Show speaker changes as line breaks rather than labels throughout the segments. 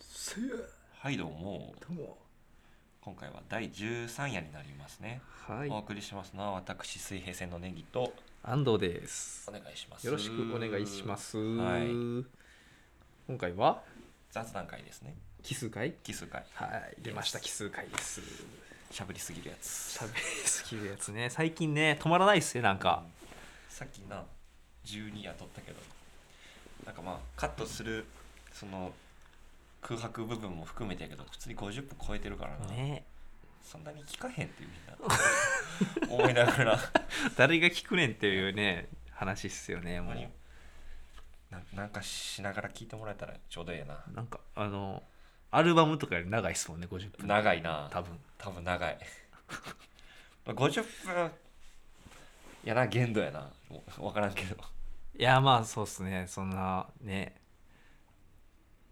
すゆ
はいどうも
とも
今回は第13夜になりますね、
はい
お送りしますのは私水平線のネギと
安藤です
お願いします
よろしくお願いします、
はい
今回は
雑談会ですね
奇数回
奇数回
はい出ました奇数回です
しゃぶりすぎるやつ
喋りすぎるやつね最近ね止まらないっすねなんか
さっきな12夜取ったけどなんかまあカットするその空白部分も含めてやけど普通に50分超えてるからな、
ね
そんなに聞かへんっていうみんな思いながら
誰が聞くねんっていうね話っすよねも
何
う
ななんかしながら聞いてもらえたらちょうどええな
なんかあのアルバムとかより長いっすもんね50分
長いな
多分
多分長い 50分やな限度やな分からんけど
いやまあそうっすねそんなね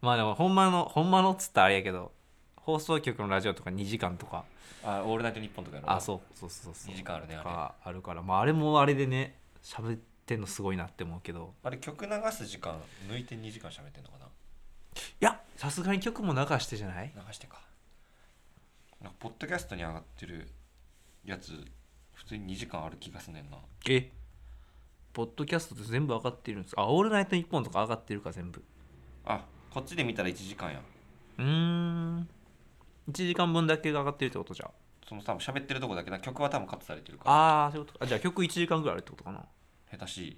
まあでもほんまのほんまのっつったらあれやけど放送局のラジオとか2時間とか
あオールナイトニッポンとかやろ
あそうそうそうそう
2時間あるね
と
あれ
かあるからまああれもあれでね喋ってんのすごいなって思うけど
あれ曲流す時間抜いて2時間喋ってんのかない
やさすがに曲も流してじゃない
流してかなんかポッドキャストに上がってるやつ普通に2時間ある気がすんねんな
えポッドキャストって全部上がってるんですかあ「オールナイトニッポン」とか上がってるか全部
あこっちで見たら1時間や
うーん1時間分だけが上がってるってことじゃ
その多分喋ってるとこだけな曲は多分カットされてるから
ああーそういうことかあじゃあ曲1時間ぐらいあるってことかな
下手しい
へ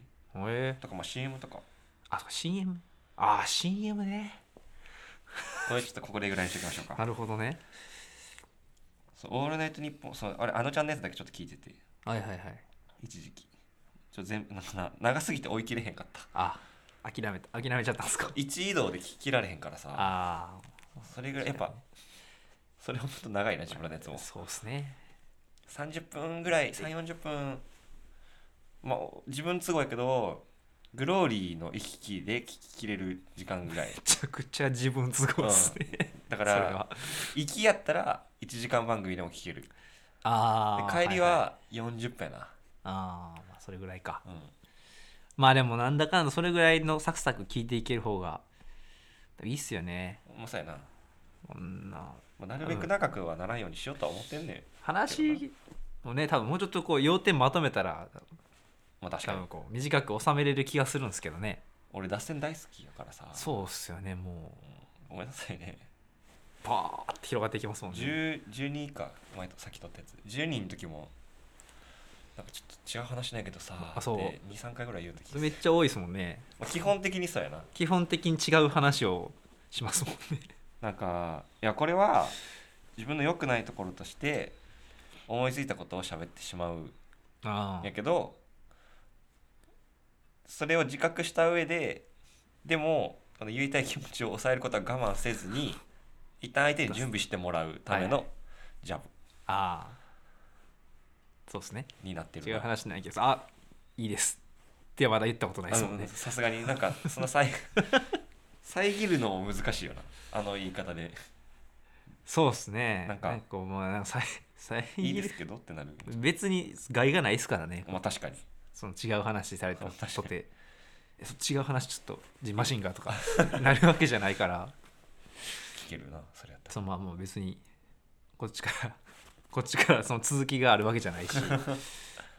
え
とかまあ CM とか
あそうか CM ああ CM ね
これちょっとここでぐらいにしておきましょうか
なるほどね
そうオールナイトニッポンそうあれあのちゃんのやつだけちょっと聞いてて
はいはいはい
一時期ちょ全なんかな長すぎて追い切れへんかった
あ諦めた諦めちゃったんですか
一移動で聞きられへんからさ
あ
それぐらいやっぱそれほんと長いな自分のやつ
あ
も
そうっすね
30分ぐらい340分まあ自分都合やけどグローリーの行き来で聞ききれる時間ぐらい
めちゃくちゃ自分都合っすね、
だ
そ
か
れ
ら
は
行きやったら1時間番組でも聞けるで
ああ
帰りは40分やな、
ああまあそれぐらいか
うん
まあでもなんだかんだそれぐらいのサクサク聞いていける方がいいっすよね
もうそうやな、
こんな
まあ、なるべく長くはならんようにしようとは思ってんねん
話もね多分もうちょっとこう要点まとめたら
まあ確か
多
に
分こう短く収めれる気がするんですけどね
俺脱線大好きやからさ
そうっすよねもう
ごめんなさいね
バーって広がっていきますもんね
10 12以下前とさっき撮ったやつ12の時もなんかちょっと違う話ないけどさ
あそう
23回ぐらい言う時
それめっちゃ多いですもんね
まあ、基本的にそうやな
基本的に違う話をしますも んね
なんかいやこれは自分の良くないところとして思いついたことを喋ってしまうん
あ
やけどそれを自覚した上ででもこの言いたい気持ちを抑えることは我慢せずに一旦相手に準備してもらうためのジャブ
あそうですね
になってる
違
な
う話ないけどあいいですってまだ言ったことないですもん
うん
ね
さすがになんかその遮 遮るのも難しいよなあの言い方で
そうですね
な
なんん
か
かこうもうなん かささ
いいですけどってなる
別に害がないですからね
まあ確かに
その違う話された
そう確か
と
に
てえそ違う話ちょっとジンマシンガーとかなるわけじゃないから
聞けるなそれやったら
そのまあもう別にこっちから こっちからその続きがあるわけじゃないし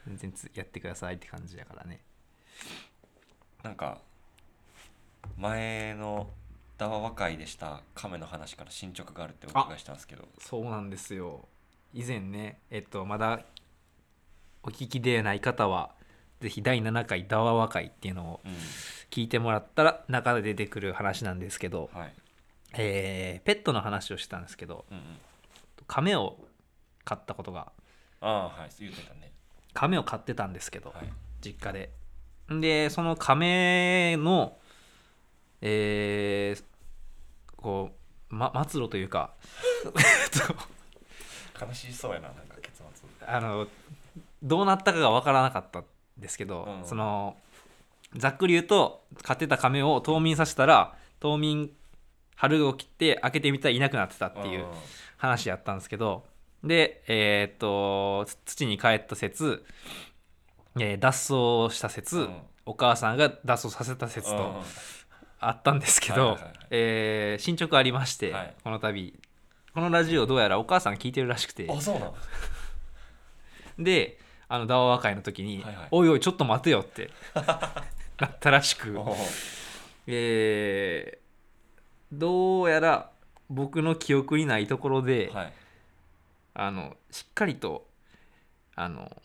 全然つやってくださいって感じだからね
なんか前のダワ和会でした亀の話から進捗があるってお伺いしたんですけど
そうなんですよ以前ねえっとまだお聞きでない方はぜひ第7回「ダワワ会」っていうのを
うん
聞いてもらったら中で出てくる話なんですけど、
はい
えーペットの話をしたんですけど
うんうん
亀を飼ったことが
ああはい言ってたね
亀を飼ってたんですけど、
はい
実家ででその亀のえーこう、ま、末路というかえっと
悲しそうやななんか結末
あのどうなったかが分からなかったんですけど、
うん
そのざっくり言うと飼ってた亀を冬眠させたら冬眠春を切って開けてみたらいなくなってたっていう
あ
話やったんですけどでえーっとつ土に帰った説、えー脱走した説、
うん
お母さんが脱走させた
あ
説
うん
と、あったんですけ
はい
ど
はいはいはい
えー進捗ありまして、
はい
この度このラジオどうやらお母さん聞いてるらしくて
あそうなの
であの談話会の時に「
はいはい
おいおいちょっと待てよ」って なったらしく
おお
えーどうやら僕の記憶にないところで、
はい
あのしっかりとあの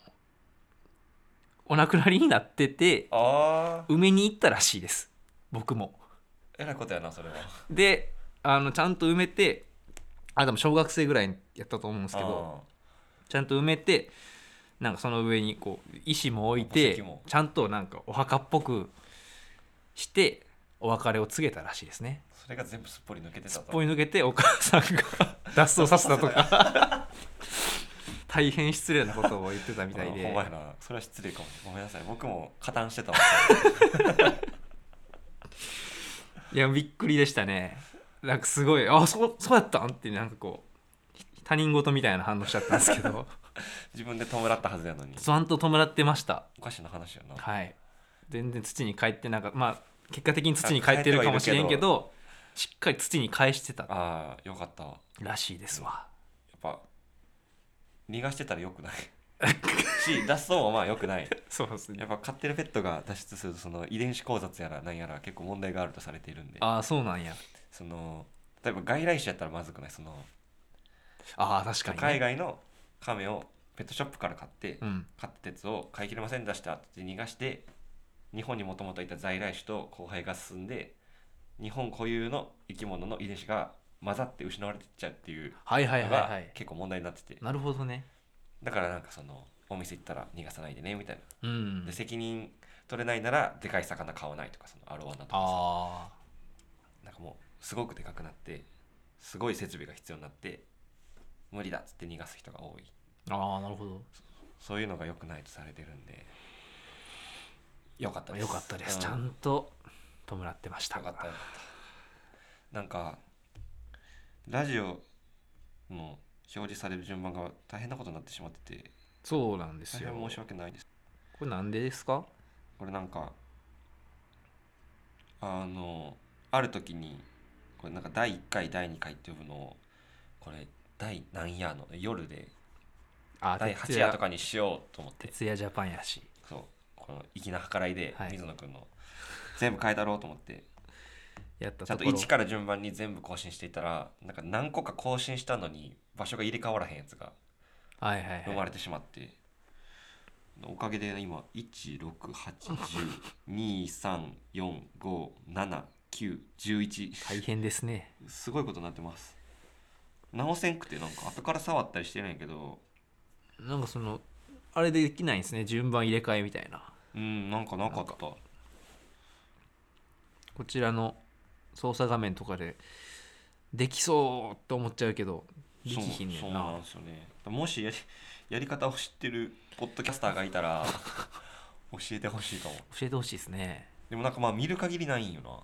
お亡くなりになってて
ああ
埋めに行ったらしいです僕も。
えらいことやなそれは
であのちゃんと埋めてあでも小学生ぐらいやったと思うんですけどちゃんと埋めてなんかその上にこう石も置い
墓
て
石も
ちゃんとなんかお墓っぽくしてお別れを告げたらしいですね。
あーそれが全部すっぽり抜けてた
すっ
と
ぽり抜けてお母さん が脱走させたとか 大変失礼なことを言ってたみたい
あーほん
で
まやなそれは失礼かもごめんなさい僕も加担してたわ
いやびっくりでしたねなんかすごい「あそうそうやったん?」ってなんかこう他人事みたいな反応しちゃったんですけ ど
自分で弔ったはずやのに
ちゃんと弔ってました
おかしな話やな
はい全然土に帰ってなんかまあ結果的に土に帰ってるかもしれんけどしっかり土に返してた
ああよかったわや
らしいですわ
っぱ逃がしてたらよく ないし脱走もまあよくない
そうですね
やっぱ飼ってるペットが脱出するとその遺伝子考察やらなんやら結構問題があるとされているんで
ああそうなんや
その例えば外来種やったらまずくないその
ああ確かに、ね、
海外のカメをペットショップから買って、
うん
飼ってたやつを飼い切れませんでしたって言って逃がして日本にもともといた在来種と交配が進んで日本固有の生き物の遺伝子が混ざって失われてっちゃうっていう
はいはい
の
はい
が
はい
結構問題になってて、
なるほどね
だからなんかそのお店行ったら逃がさないでねみたいな、
うん
で責任取れないならでかい魚買わないとかそのアロワナとかさ
あ
なんかもうすごくでかくなってすごい設備が必要になって無理だっつって逃がす人が多い
ーあーなるほど
そういうのが良くないとされてるんでよかったです
よかったです、
うん
ちゃんと弔ってました
よかったよかったなんかラジオの表示される順番が大変なことになってしまってて
そうなんです
大
よ
変申し
こ
訳ないです
れなんでですか
これなんかあのある時にこれなんか第1回第2回って呼ぶのをこれ第何夜の夜で
あ
第
徹
8
夜
夜とかにしようと思って
徹夜ジャパンやし
そうこの粋な計らいで
はい
水野君の全部変えたろうと思 って
やった
ちゃん
と
と
ころ
1から順番に全部更新していたらなんか何個か更新したのに場所が入れ替わらへんやつが
はいはい
生
は
ま
い
れてしまっておかげで今16802345791
大変ですね
すごいことになってます直せんくてなんか後から触ったりしてないけど
なんかそのあれできないんですね順番入れ替えみたいな
うんなんかなかった
こちらの操作画面とかでできそうと思っちゃうけどでき
そう
ひんね
そ
ん
う
な
なんですよねもしやりやり方を知ってるポッドキャスターがいた ら教えてほしいかも
教えてほしいですね
でもなんかまあ見る限りないんよな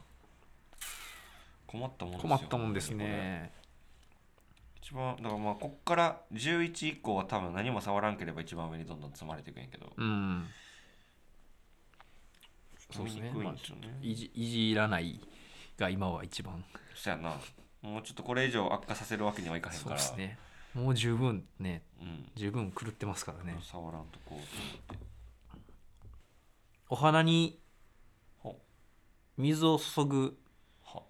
困ったもんですよ
困ったもんですね
一番だからまあこっから11以降は多分何も触らんければ一番上にどんどん積まれていくんやけど
うんそうですね
見にくいんですよね、
いじいじらないが今は一番
そやなもうちょっとこれ以上悪化させるわけにはいかへん
そ
か
う
ら
ですねもう十分ね
うん
十分狂ってますからね
触らんとこうと
お花に
思って
水を注ぐ
ほ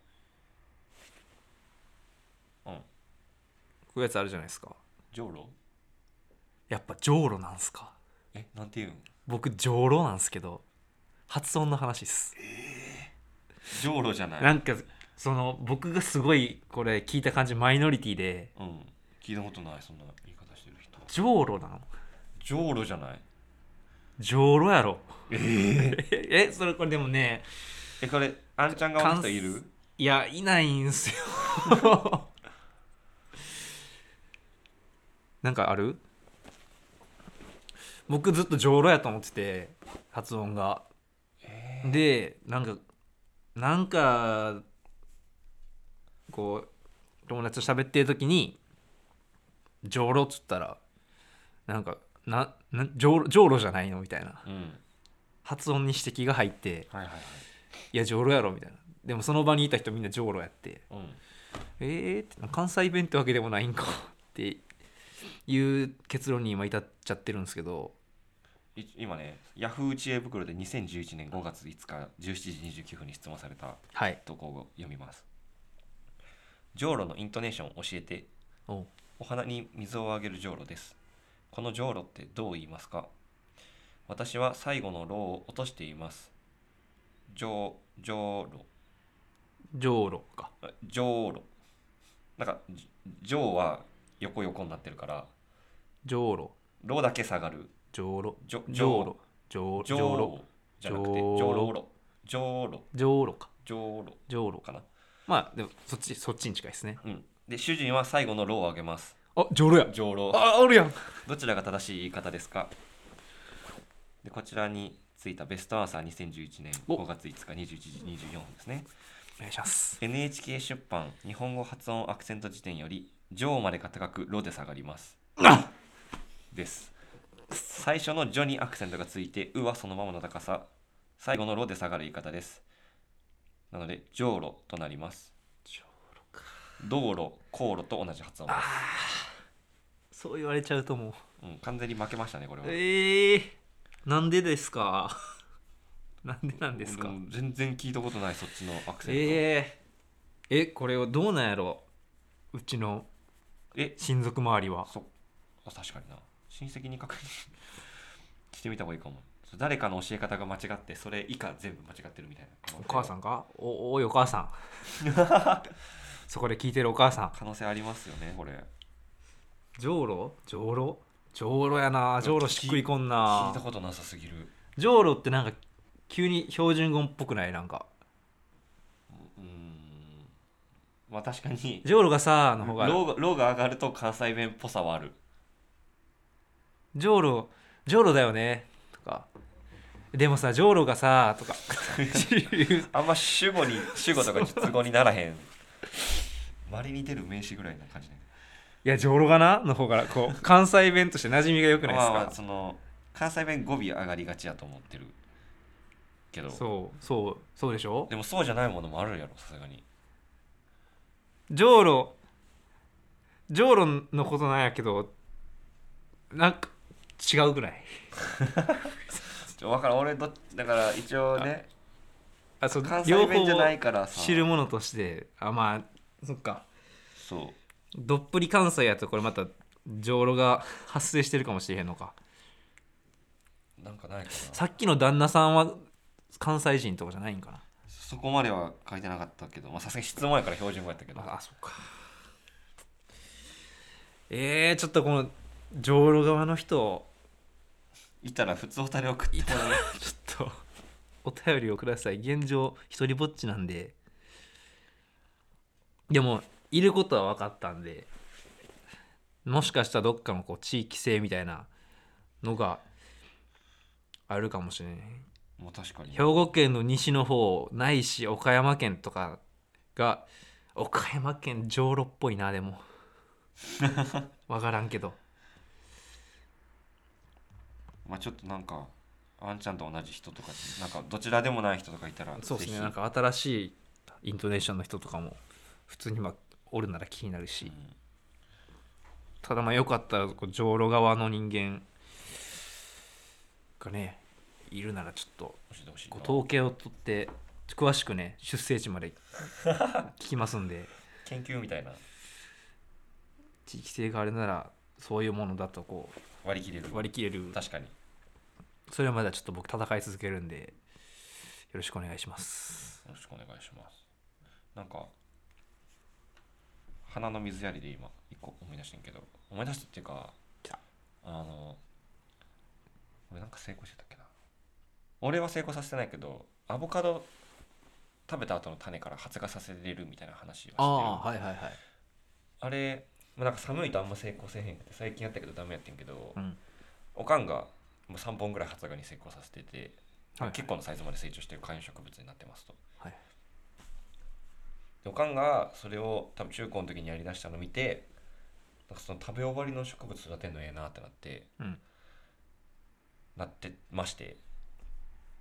はうん
こういうやつあるじゃないですか
じょうろ
やっぱじょうろなんすか
えなんていうん
僕じょうろなんすけど発音の話っす
じょうろじゃない
なんかその僕がすごいこれ聞いた感じマイノリティで
うん聞いたことないそんな言い方してる人
じょうろなの
じょうろじゃない
じょうろやろ
え
えそれこれでもね
えこれあんちゃん側の人い
関
る
いやいないんすよ なんかある僕ずっとじょうろやと思ってて発音が、でなんかなんかこう友達と喋ってる時に「じょうろ」っつったらなんか「ななじょうろじょうろじゃないの?」みたいな
うん
発音に指摘が入って
はいはいはい
いや、ジョロやろみたいな。でもその場にいた人みんな上路やって
うん
えー、って関西弁ってわけでもないんか っていう結論に今至っちゃってるんですけど
い今ねヤフー知恵袋で2011年5月5日17時29分に質問された
はい
投稿を読みます上路のイントネーション教えて
おう
お花に水をあげる上路ですこの上路ってどう言いますか私は最後のロを落としています上上路
上路か
あ上路なんかじ上は横横になってるから
上路
ロだけ下がる
上路
上
上路
上
上上路
路じゃなくて
上
上
路
路上路
上路か
上路
上路
かな
まあでもそっちそっちに近いですね
うんで主人は最後のロをあげます
あ上路や
上路
あおるやん
どちらが正しい言い方ですかでこちらについたベストアンサー2011年
お
5月5日21時24分ですね
お願いします
NHK 出版日本語発音アクセント辞典より「上」までが高く「ロ」で下がりますです最初の「ジョ」にアクセントがついて「う」はそのままの高さ最後の「ロ」で下がる言い方ですなので「上路」となります
上
道路航路と同じ発音です、
そう言われちゃうともう
うん、完全に負けましたねこれは
えー、なんでですか なんでなんですか
うん全然聞いたことないそっちのアクセント、
えー、えこれをどうなんやろうちの
え
親族周りは
そあ確かにな親戚に確認してみた方がいいかもそう誰かの教え方が間違ってそれ以下全部間違ってるみたいな
お母さんかおおいお母 さんそこで聞いてるお母さん
可能性ありますよねこれ
上路上路上路やな上路しっくりこ
聞
ん
い
な
たことなさすぎる
上路ってなんか急に標準語っぽくないなんか
うーんまあ確かに
上路がさの
ロ
方が
ーがローが上がると関西弁っぽさはある
上路上路だよねとかでもさ上路がさ とか
あんま主語に主語とか述語にならへん まれに出る名詞ぐらいな感じね
いや上路がなの方がこう関西弁として馴染みが良くないですか、
まあまあその関西弁語尾上がりがちやと思ってるけど
そうそうそうでしょ
でもそうじゃないものもあるやろさすがに
上路上路のことなんやけどなんか違うくない
ちょ分からん俺どっちだから一応ね
あそう
関
両
西
方
弁
を
じゃないからさ
知るものとしてあまあそっか
そう
どっぷり関西やとこれまた上路が発生してるかもしれへんのか
なんかないかな
さっきの旦那さんは関西人とかじゃないんかな
そこまでは書いてなかったけどまあさすがに質問やから標準語やったけど
ああそっかえー、ちょっとこの上路側の人
いたら普通おたれ送ってもらう
ちょっと お便りをください現状一人ぼっちなんででもいることは分かったんでもしかしたらどっかのこう地域性みたいなのがあるかもしれない
もう確かに
兵庫県の西の方ないし岡山県とかが岡山県上路っぽいなでも分からんけど
まあちょっとなんかあんちゃんと同じ人とかなんかどちらでもない人とかいたら
そうです
ぜ
ね
ひ
なんか新しいイントネーションの人とかも普通にまあおるなら気になるし、
ん
ただまあよかったらこう上路側の人間がねいるならちょっと
教えてほしいな
こう統計を取って詳しくね出生地まで聞きますんで
研究みたいな
地域性があるならそういうものだとこ
割り切れる
う割り切れる
確かに
それまではちょっと僕戦い続けるんでよろしくお願いします
よろしくお願いしますなんか花の水やりで今一個思い出してんけど思い出したっていうか
来た
あの俺なんか成功してたっけな俺は成功させてないけどアボカド食べた後の種から発芽させれるみたいな話はしてる
いはいはい
あれ、まあ、なんか寒いとあんま成功せえへんくて最近やったけどダメやってんけど、
うん
おかんがもう3本ぐらい発芽に成功させてて、
はい
結構のサイズまで成長してる観葉植物になってますと
はい
でおかんがそれを多分中高の時にやりだしたのを見てなんかその食べ終わりの植物育てるのええなってなって
うん
なってまして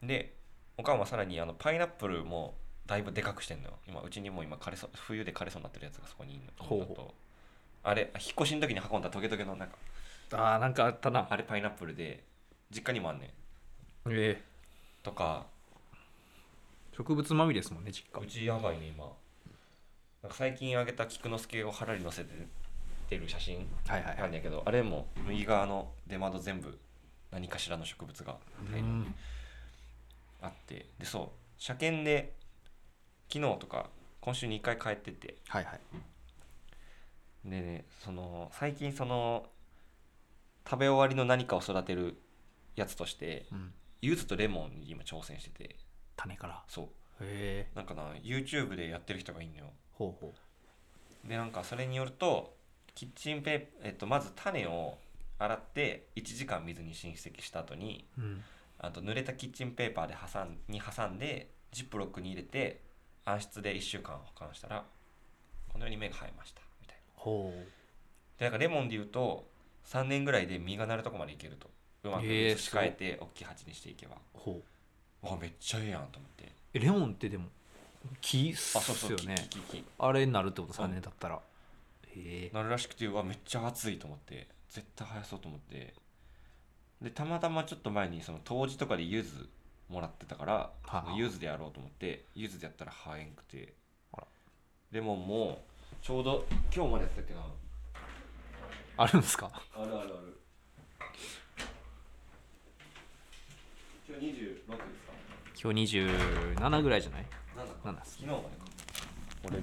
でおかんはさらにあのパイナップルもだいぶでかくしてんのよ今うちにも今枯れそう冬で枯れそうになってるやつがそこにいるの
ほう
ちょっとあれ引っ越しの時に運んだトゲトゲのなんか
あーなんかあったな
あれパイナップルで実家にもあんねん
ええ
とか
植物まみれですもんね実
う
家
ちやばいね今なんか最近あげた菊之助を腹に乗せて出る写真
はいはい
なんだけどあれも右側の出窓全部何かしらの植物が
うん
あってでそう車検で昨日とか今週に1回帰ってて
はいはい
でねその最近その食べ終わりの何かを育てるやつとして
うん
柚子とレモンに今挑戦してて
種から
そう
へえ
なんかな YouTube でやってる人がいんのよ
ほうほ
でなんかそれによるとキッチンペーえっと、まず種を洗って1時間水に浸析した後に
ううん
あと濡れたキッチンペーパーで挟んに挟んでジップロックに入れて暗室で1週間保管したらこのように芽が生えましたみたいな
ほう
でなんかレモンで言うと3年ぐらいで実がなるとこまでいけるとうまく
へえ
仕替えて大きい鉢にしていけば、
ほう
わめっちゃええやんと思って
えレモンってでも木っ
あそうそ
す
う
よ
き
ね
ききき
あれになるってこと3年経ったらへえ
なるらしくてうわめっちゃ暑いと思って絶対生やそうと思ってでたまたまちょっと前にその冬至とかで柚子もらってたから
はあ
その柚子でやろうと思って柚子でやったら生えんくて
あら
レモンもちょうど今日までやってたっけな
あるんですか
あるあるある今日26ですか
今日27ぐらいじゃない
なんだか
なんだっす
昨日までか俺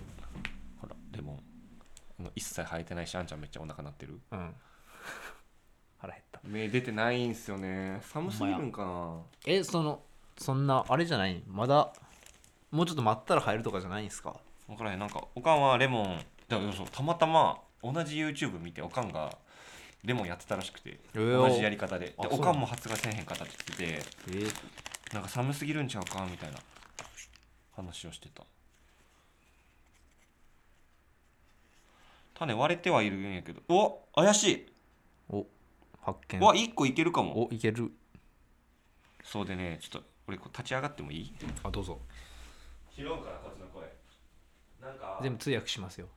ほらレモンあの一切生えてないしあんちゃんめっちゃお腹なってる
うん腹減った
目出てないんすよね寒すぎるんかな
えそのそんなあれじゃないまだもうちょっと待ったら入るとかじゃないんですか
分からへんなんかおかんはレモンだからそうたまたま同じ YouTube 見ておかんがレモンやってたらしくて
ー
同じやり方でで
あそう
おかんも発芽せえへんかったって言って
えー、
てなんか寒すぎるんちゃうかみたいな話をしてた種割れてはいるんやけどお怪しい
お発見
わ1個いけるかも
おいける
そうでねちょっと俺こう立ち上がってもいい
あどうぞ
拾うからこっちの声なんか
全部通訳しますよ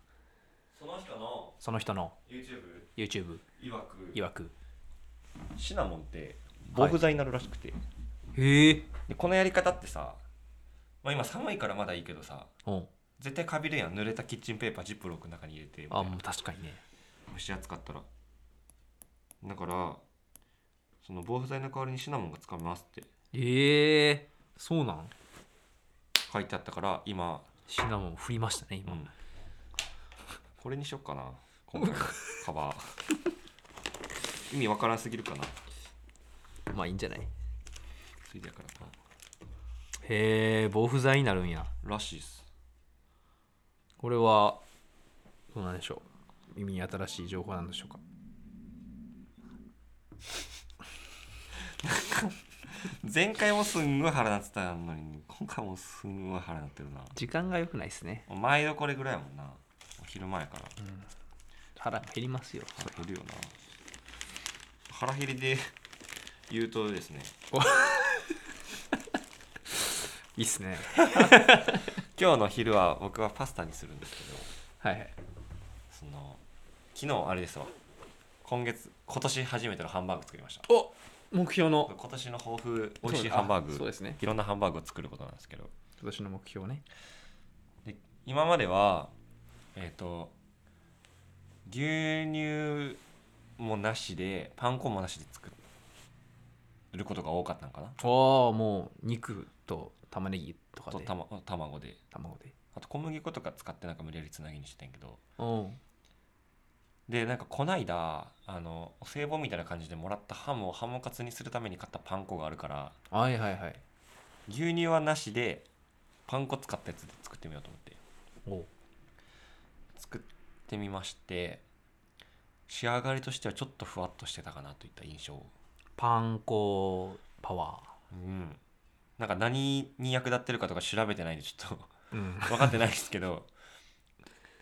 その人の
その人の
YouTube
YouTube
いわく
曰く
シナモンって防腐剤になるらしくて、
へえ
でこのやり方ってさ、まあ、今寒いからまだいいけどさ
うん
絶対かびるやん濡れたキッチンペーパージップロックの中に入れてみたい
あ
な
もう確かにね
蒸し暑かったらだからその防腐剤の代わりにシナモンが使えますって
ええそうなん
書いてあったから今、
シナモン振りましたね
う
今、
ん、これにしよっかな今回のカバー 意味わからんすぎるかな
まあいいんじゃない
ついでやからか
へえ防腐剤になるんや
らしいっす
これはどうなんでしょう耳に新しい情報なんでしょうか
前回もすんごい腹立ってたのに今回もすんごい腹立ってるな
時間が良くないですね
毎度これぐらいやもんなお昼前から
腹減りますよ
腹減るよな腹減りで 言うとですね
いいっすね
今日の昼は僕はパスタにするんですけど
はいはい
その昨日あれですわ今月今年初めてのハンバーグ作りました
お目標の
今年の抱負美味しいハンバー
そうあそう
グ
ですね
いろんなハンバーグを作ることなんですけど
今年の目標ね
で今まではえっ、と牛乳もなしでパン粉もなしで作ることが多かったのかな
ああもう肉と玉ねぎとか
と
で
た、ま、卵で
卵で
あと小麦粉とか使ってなんか無理やりつなぎにしてんけど
うん
でなんかこないだあのお歳暮みたいな感じでもらったハムをハムカツにするために買ったパン粉があるから
はいはいはい
牛乳はなしでパン粉使ったやつで作ってみようと思って
お
作ってみまして仕上がりとしてはちょっとふわっとしてたかなといった印象
パン粉パワ
うんなんか何に役立ってるかとか調べてないんでちょっと
ーうん
分かってないですけど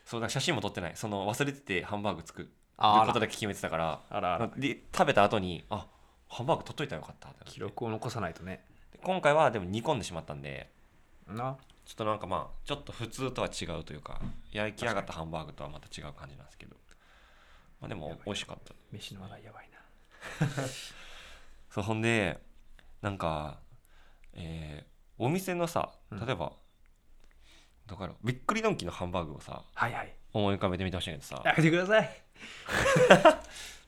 そうだから写真も撮ってないその忘れててハンバーグ作る
あ
ことだ
ら
け決めてたから
あらあら
で食べた後にあハンバーグ取っといたらよかったってなって
記録を残さないとね
で今回はでも煮込んでしまったんで
な
ちょっとなんかまあちょっと普通とは違うというか焼き上がったハンバーグとはまた違う感じなんですけど、まあ、でも美味しかった
飯の話題やばいな
そうほんでなんか、えーお店のさ
うん
例えば、だからびっくりドンキーのハンバーグをさ
はいはい
思い浮かべてみてほしいんだけどさ
開けてください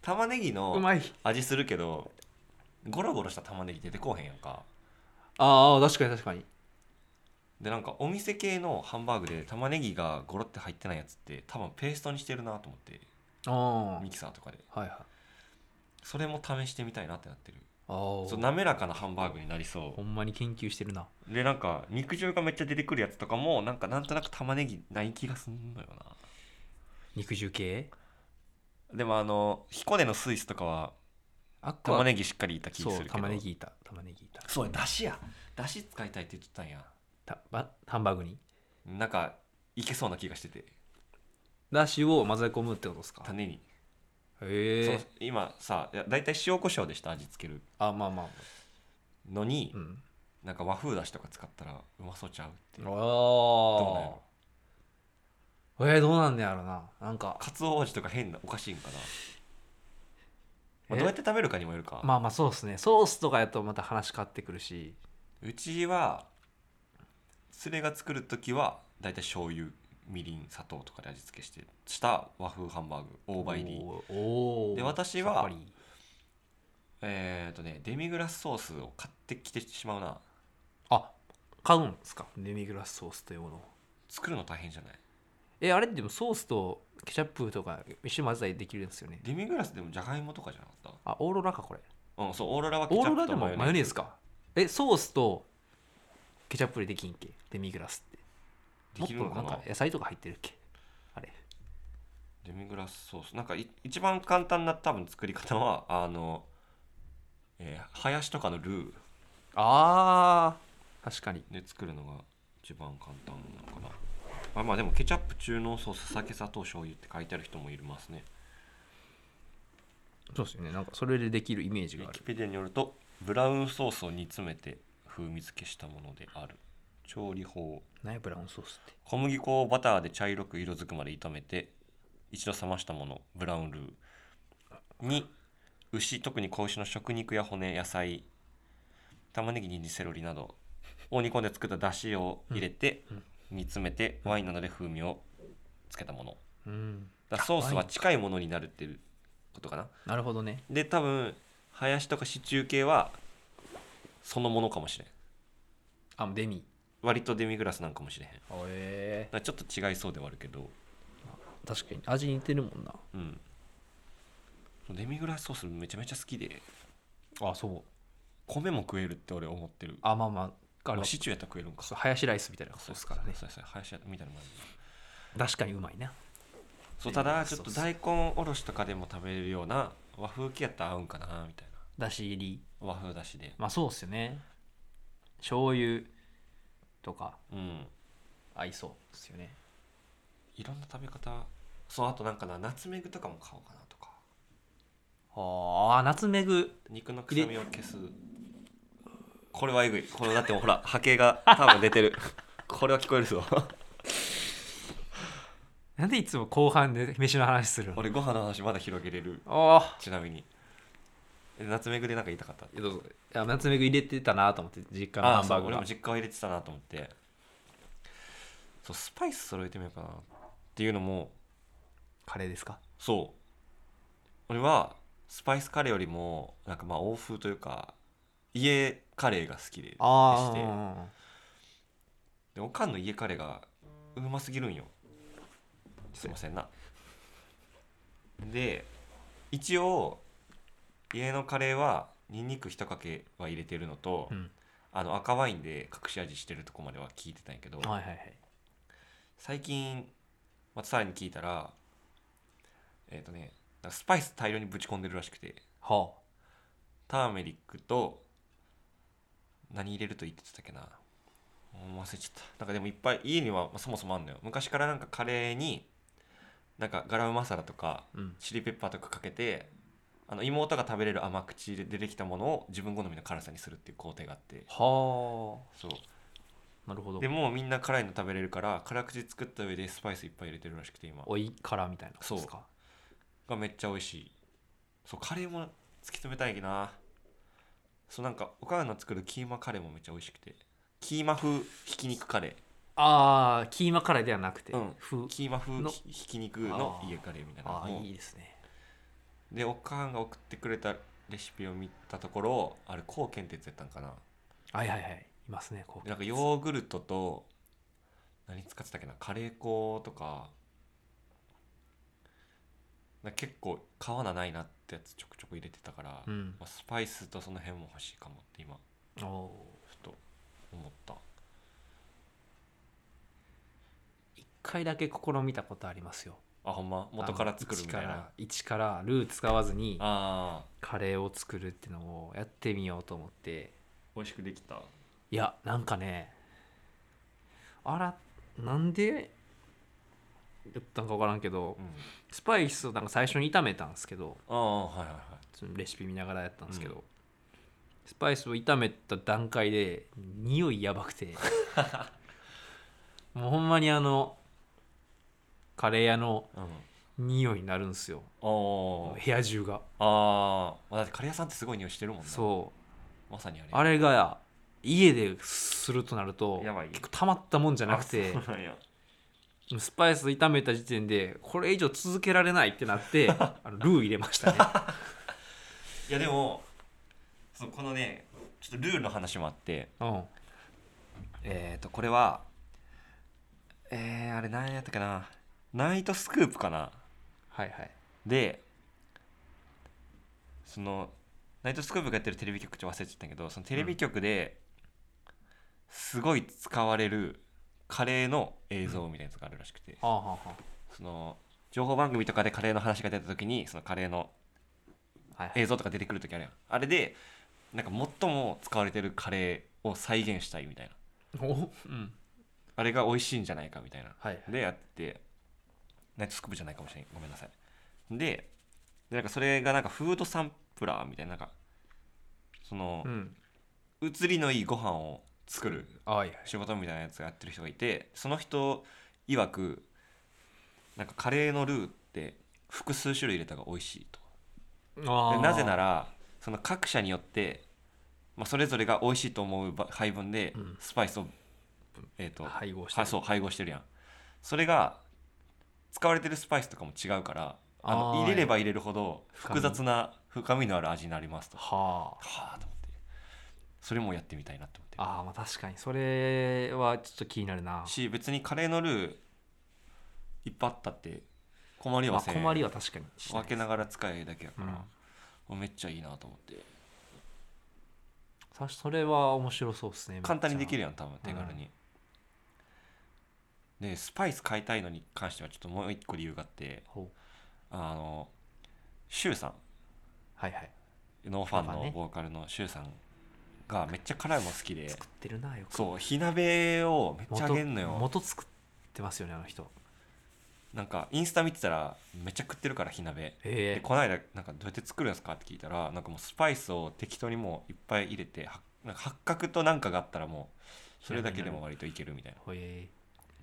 玉ねぎ
う
の
まい
味するけどゴロゴロした玉ねぎ出てこうへんやんか
ああ確かに確かに
でなんかお店系のハンバーグで玉ねぎがゴロって入ってないやつって多分ペーストにしてるなと思って
ああ
ミキサーとかで
はいはい
それも試してみたいなってなってる
あ
そう
あ
滑らかなハンバーグになりそ
ほんまに研究してるな
うでなんか肉汁がめっちゃ出てくるやつとかもなんかなんとなく玉ねぎない気がすんのよ
肉汁系
なでもあの彦根のスイスとかは
あっこは
玉ねぎしっかりいた気がす
そ
る
う
けど
玉ねぎいた玉ねぎいた
そうやだしやだし使いたいって言ってたんや
たばハンバーグに
なんかいけそうな気がしてて
だしを混ぜ込むってことですか
種に、
へ
そう
え
今さいや大体塩コショウでした味付ける
あまあまあ
のに、
うん
なんか和風だしとか使ったらうまそうちゃうっていううなんや
あ
ろ
あえー、どうなんねやろななんか
かつお味とか変なおかしいんかな、まあ
え
どうやって食べるかにもよるか、
まあまあそうですねソースとかやとまた話変わってくるし
うちは連れが作る時はだいたい醤油みりん砂糖とかで味付けしてした和風ハンバーグ大葉入り
おーおー
で私は
さっぱり
えっ、とねデミグラスソースを買ってきてしまうな
あ買うんですかデミグラスソースというものを
作るの大変じゃない
えあれでもソースとケチャップとか一緒に混ぜたりできるんですよね
デミグラスでもじゃがいもとかじゃなかっ
あオーロラかこれ
たうんそうオーロラはケチ
オ
ャ
ーロ
ッ
ラ
プ
で
とマ
も
ヨ
マヨ
ネ
ネ
ー
ー
ズ
ズかえソースとケチャップでできんけデミグラスって
で
も
きる
っ
の
と
か
なん
な
か野菜とか入ってるっけあれ
デミグラスソースなんかい一番簡単な多分作り方はあの、えー、ハヤシとかのルー
あー確かに
で作るのが一番簡単なのかなあまあでもケチャップ中濃ソース酒砂糖醤油って書いてある人もいますね
そうですよねなんかそれでできるイメージ
ウ
が
ィ
ある
キペディアによるとブラウンソースを煮詰めて風味付けしたものである調理法
何やブラウンソースって
小麦粉をバターで茶色く色づくまで炒めて一度冷ましたものブラウンルーに牛特に子牛の食肉や骨野菜玉ねぎにんじんセロリなどを煮込んで作った出汁を入れて
うんうん
煮詰めてワインなどで風味をつけたもの
うん
だからソース
ワ
は
イン
近いものになるっていうことかな
なるほどね
で多分ハヤシとかシチュー系はそのものかもしれん
あデミ
割とデミグラスなんかもしれへんだか
え
らちょっと違いそうではあるけど
確かに味似てるもんな
うんデミグラスソースめちゃめちゃ好きで
あそう
米も食えるって俺思ってる
あまあまああ
ま
の
あシチューやったら食えるんか
そうハヤシライスみたいなそうですからね
そうそうそう林家みたいなもんやな
確かにうまいな
そう
デ
た
ミグ
だ
ラ
ち
ス
ょっ
ソ
と
ース
大根おろしとかでも食べれるような和風系やったら合うんかなみたい
だし入り
な和風だしで
まあそうっすよね醤油とか
うん
合いそうですよね
いろんな食べ方そうあとなんかなナツメグとかも買おうかなとか
ああナツメグ
肉の臭みを消すこれはえぐいこれだってもうほら波形が多分出て るこれは聞こえるぞ
なんでいつも後半で飯の話するの
俺ご飯の話まだ広げれる
ああ
ちなみにえナツメグでなんか言いたかった
どうぞいやナツメグ入れてたなと思って実家の
あ
ハ
あ
ン
そ
バー
う
グ
俺
が
も実家を入れてたなと思ってそうスパイス揃えてみようかなっていうのも
カレーですか
そう俺はスパイスカレーよりもなんかまあ欧風というか家カレーが好きででして
あ
でおかんの家カレーがうますぎるんよすいませんなで一応家のカレーはニンニク一かけは入れてるのと、
うん
あの赤ワインで隠し味してるとこまでは聞いてたんやけど、
はいはいはい
最近またさらに聞いたらえっ、とねなんかスパイス大量にぶち込んでるらしくて
は
ターメリックと何入れるといいって言ってたっけなもう忘れちゃったなんかでもいっぱい家にはまあそもそもあんのよ昔からなんかカレーになんかガラムマサラとか
あうん
チリペッパーとかかけてあの妹が食べれる甘口で出てきたものを自分好みの辛さにするっていう工程があって
は
そう
なるほど
でもうみんな辛いの食べれるから辛口作った上でスパイスいっぱい入れてるらしくて今
おいからみたいなことですか
がめっちゃ美味しいそうカレーも突き止めたいなそうなんかお母さんの作るキーマカレーもめっちゃ美味しくてキーマ風ひき肉カレ
ああキーマカレーではなくて、
うん
風
ーキーマ風
の
ひひき肉の家カレーみたいな
ああ
のを
いいですね
でお母さんが送ってくれたレシピを見たところあれコウケンってやつやったんかな
はいはいはいいますねこ
で
う
なんかヨーグルトと何使ってたっけなカレー粉とかなんか結構皮がないなってやつちょくちょく入れてたから、
うん
まあ、スパイスとその辺も欲しいかもって今
おお
ふと思った
一回だけ試みたことありますよ
あほんま元から作るみたい
あ
な
の一から一からルー使わずに
あー
カレーを作るっていうのをやってみようと思って
美味しくできた
いやなんかねあらなんでやったんか分からんけど
うん
スパイスをなんか最初に炒めたんですけど
ああはいはいはい
そのレシピ見ながらやったんですけど、
う
スパイスを炒めた段階で匂いやばく てもうほんまにあのカレー屋の
うん
匂いになるんですよ
お
部
ー
屋中が
あーまあだってカレー屋さんってすごい匂いしてるもんね
そう
まさにあれ
あれが家でするとなると
やばい
結構たまったもんじゃなくて
あそうなんや
スパイス炒めた時点でこれ以上続けられないってなって あのルー入れましたね
いやでもそうこのねちょっとルールの話もあって
うん
えっ、ー、とこれはえー、あれ何やったかなナイトスクープかな
はいはい
でそのナイトスクープがやってるテレビ局ちょっと忘れちゃったんやけどそのテレビ局ですごい使われるカレーの映像みたいなやつがあるらしくて、
はあはあは
その情報番組とかでカレーの話が出た時にそのカレーの
あはいはい
映像とか出てくる時あるやんあれでなんか最も使われてるカレーを再現したいみたいな
おうん
あれが美味しいんじゃないかみたいな
はい
でやってナイトスクープじゃないかもしれんごめんなさいででなんかそれがなんかフードサンプラーみたいななんかその
うん
移りのいいご飯を作る
はいはい
仕事みたいなやつがやってる人がいてその人曰くなんかカレーのルーって複数種類入れた方が美味しいとでなぜな
ら
らその各社によって、まあ、それぞれが美味しいと思うば配分で
うん
スパイスを、えー、と
配合して
は
る
そう配合してるやんそれが使われてるスパイスとかも違うからあの
あー
入れれば入れるほど
深
複
み
雑な深みのある味になりますとは
は
あと思ってそれもやってみたいなと思って
ああーまあ確かにそれはちょっと気になるな
し別にカレーのルーいっぱいあったって困り
まあ
はせん
困りは確かにしない
分けながら使えだけやから
うん、
もうめっちゃいいなと思って
さそれは面白そうですね
簡単にできる
や
やん多分手軽に、でスパイス買いたいのに関してはちょっともう一個理由があって
ほう
あのシュウさ
はいはい
んノーファン
ノーファン
の
ね
ボーカルのシュウさんがめっちゃ辛いもん好きで
作ってるなよく
そう火鍋をめっちゃあげんの
元
よ
元作ってますよねあの人
なんかインスタ見てたらめっちゃ食ってるから火鍋で
へえ
この間なんかどうやって作るんですかって聞いたらなんかもうスパイスを適当にもういっぱい入れてはなんか八角となんかがあったらもうそれだけでも割といけるみたいな
ほえ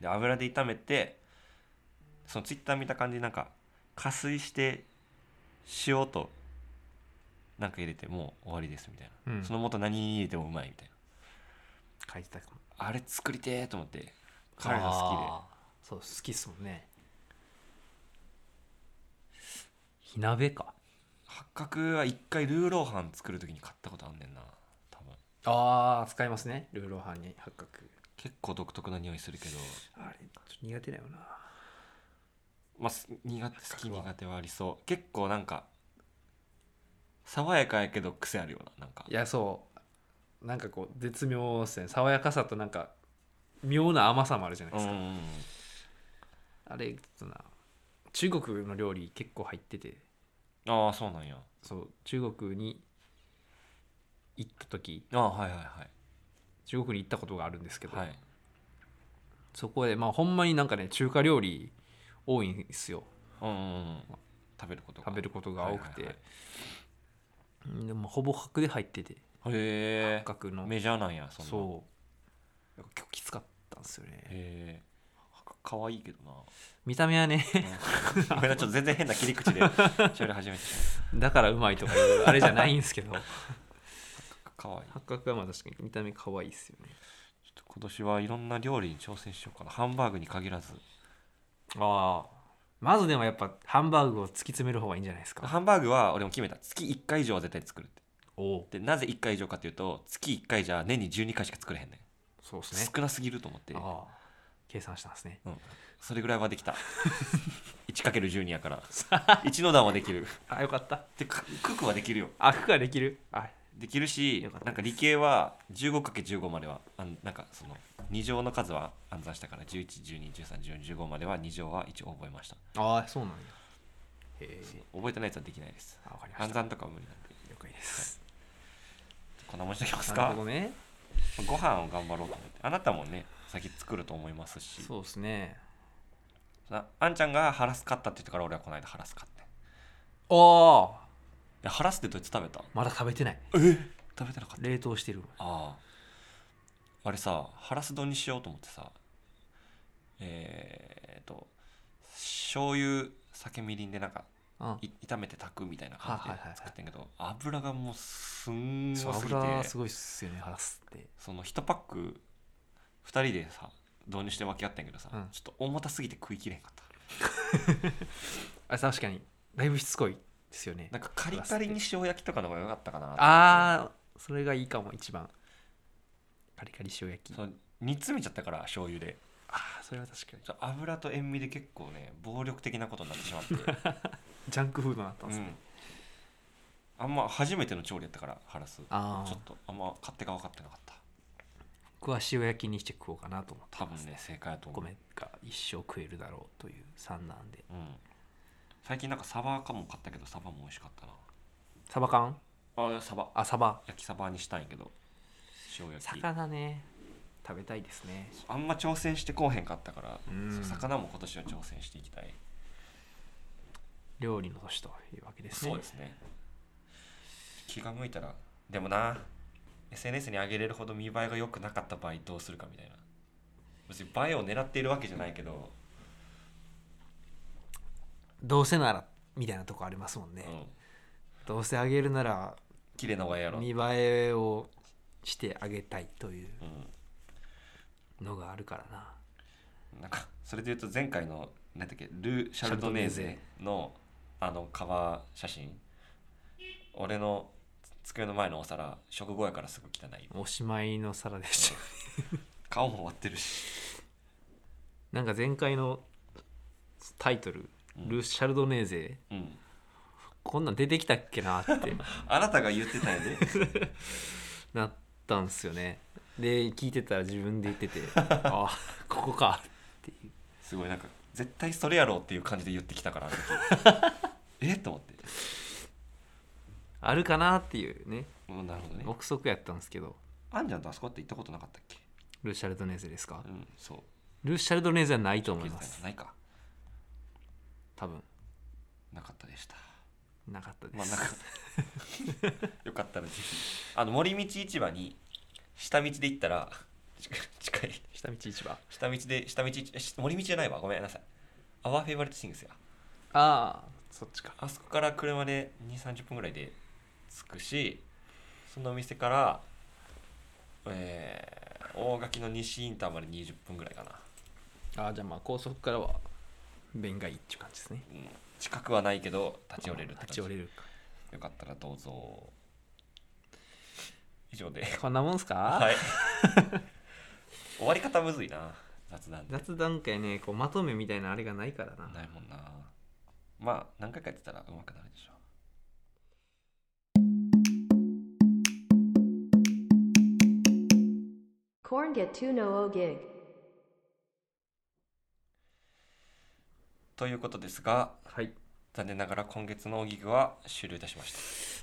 で油で炒めてそのツイッター見た感じなんか加水して塩となんか入れてもう終わりですみたいな、
うん
その元何入れてもうまいみたい
書いてたかも
なあれ作りてえと思って彼が好
あーそう好きっすもんね火鍋か
きで八角は一回ルーローハン作る時に買ったことあんねんな多分
ああ使いますねルーローハンに八角
結構独特な匂いするけど
あれちょっと苦手だよな
まあす苦手好き
角は
苦手はありそう結構なんか爽やかやけど癖あるようななんか
いやそうなんかこう絶妙ですね爽やかさとなんか妙な甘さもあるじゃないで
うん
す
う
か、
んうん
あれちょっとな中国の料理結構入ってて
ああそうなんや
そう中国に行った時
ああはいはいはい
中国に行ったことがあるんですけど、
はい、
そこでまあほんまになんかね中華料理多いんですよ
うんうんうん、食べることが
食べることが多くて、
はい
でもほぼ角で入ってて
はいはいへ
角
え
の
メジャーなんやそんな
そなんか結構きつかったんですよね
へえかわいいけどな
見た目はね
ごめんなちょっと全然変な切り口で喋り始めてしま
だからうまいとかいうあれじゃないんですけど
ったかわいい
八角はまあ確かに見た目可愛いですよね
ちょっと今年はいろんな料理に挑戦しようかなハンバーグに限らず
ああまずでもやっぱハンバーグを突き詰める方がいいんじゃないですか
ハンバーグは俺も決めた月1回以上は絶対作るって
おお
でなぜ1回以上かっていうと月1回じゃ年に12回しか作れへんねん
そうですね
少なすぎると思って、
ああ計算したんですね
うん、それぐらいはで きた 1×12 や から1の段はできる
あよかった
でククックはできるよ
あ服ができるあ
できるし
よかった
なんか理系は 15×15 まではあんなんかその2乗の数は暗算したから1112131415までは2乗は一応覚えました
あそうなんやへえ
覚えてないやつはできないです
あわかりま
暗
した
算とかは無理なんで
了解です
こんなもんしときます
なる
か
ほどね
ご飯を頑張ろうと思ってあなたもね先作ると思いますし
そうですね
なあんちゃんがハラス買ったって言ったから俺はこの間ハラス買って
ああ
えハラスってどうやって食べた
まだ食べてない
え食べてなかった
冷凍してる
あああれさハラス丼にしようと思ってさえー、っと醤油酒みりんでなんか
うん
い炒めて炊くみたいな感じで
はいはいはいはい
作ってんけど油がもうすんごすぎて
そう油すごいっすよねハラスって
その1パック2人でさ導入して分け合ったんやけどさ、
うん
ちょっと重たすぎて食いきれんかった
あ確かにだいぶしつこいですよね
なんかカリカリに塩焼きとかの方が良かったかな
あーそれがいいかも一番カリカリ塩焼き
そう煮詰めちゃったから醤油で
ああそれは確かに
ちょ油と塩味で結構ね暴力的なことになってしまって、
ジャンクフードになったん
う
ですね、
ん、あんま初めての調理やったからハラスちょ
ああ
っとあんま勝手が分かってなかった
僕は塩焼きにして食おうかなと思って
多分ね正解だと
お
思う、
米が一生食えるだろうという算なんで
うん、最近なんかサバかも買ったけどサバも美味しかった
サバ缶
なあサバ
あサバ
焼きサバにしたんやけど塩焼き
魚ね食べたいですね
あんま挑戦してこうへんかったから、
うん
そう魚も今年は挑戦していきたい
料理の年というわけですね
そうですね気が向いたらでもな SNS に上げれるほど見栄えが良くなかった場合どうするかみたいな別に映えを狙っているわけじゃないけど、
どうせならみたいなとこありますもん
う
ね、
ん、
どうせあげるなら
綺麗なおやろう、う
見
ん、
栄えをしてあげたいというのがあるからな
なんかそれで言うと前回の何だっけル・シャルドネーゼのあのカバー写真俺の机の前のお皿食後やからすぐ汚い
おしまいの皿でした
顔も割ってるし
なんか前回のタイトル「
うん
ル・シャルドネーゼ
うん」
こんなん出てきたっけなって
あなたが言ってたんやで
なったんすよねで聞いてたら自分で言っ ててあここかっていう
すごいなんか絶対それやろうっていう感じで言ってきたからあの時 えっと思って
あるかなっていうね
うんなるほどね
憶測やったんですけど
あんじゃんとあそこって行ったことなかったっけ
ル・シャルドネーゼですか
うんそう
ル・シャルドネーゼはないと思いま
気づか
す
ないないか
多分
なかったでした
なかったで
まあ
す、
なかったよか ったらぜひあの森道市場に下道で行ったら近近い
下道市場
下道で下道えし森道じゃないわごめんなさいアワーフェイバリットシングスや
ああそっちか
あそこから車で2 3 0分ぐらいで着くしそのお店から、えー大垣の西インターまで20分ぐらいかな、
ああじゃあまあ高速からは弁がいいっていう感じですね
うん、近くはないけど立ち寄れるって感
立
じ
ち寄れるか
よかったらどうぞ以上で
こんなもんすか
はい終わり方むずいな雑談で
雑談会ねこうまとめみたいなあれがないからな
ないもんなまあ何回かやってたらうまくなるでしょう
Corn get 200 gig.
ということですが
はい
残念ながら今月のギグは終了いたしまし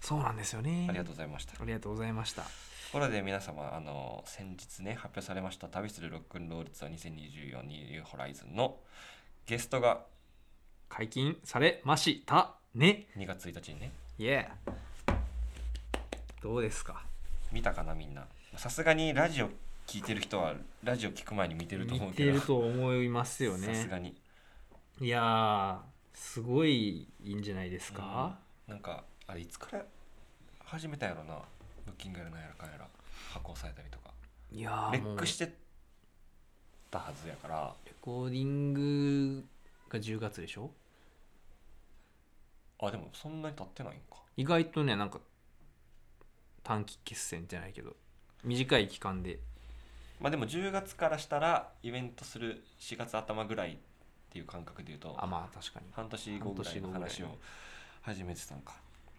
た
そうなんですよね
ありがとうございました
ありがとうございました
ところで皆様あの先日ね発表されました「旅するロックンロールツアー2024ニューホライズンのゲストが
解禁されましたね
2月1日にね
イエーどうですか
見たかなみんなさすがにラジオ聞いてる人はラジオ聞く前に見てると
見
思う
て
けど
ると思いますよ
さす
ね
がに
いやーすごいいいんじゃないですか、
うんなんかあれいつから始めたんやろなブッキングやらなんやらかんやら発行されたりとか
いや
レ
ーも
ッ
う
ク
レ
してたはずやから
コーディングが10月でしょ
あでもそんなに経ってないんか
意外とねなんか短期決戦じゃないけど短い期間で
まあでも10月からしたらイベントする4月頭ぐらいっていう感覚で言うと
あまあ確かに
半年後ぐらいの
半年
話
後ぐ
を
らい
始めてたんか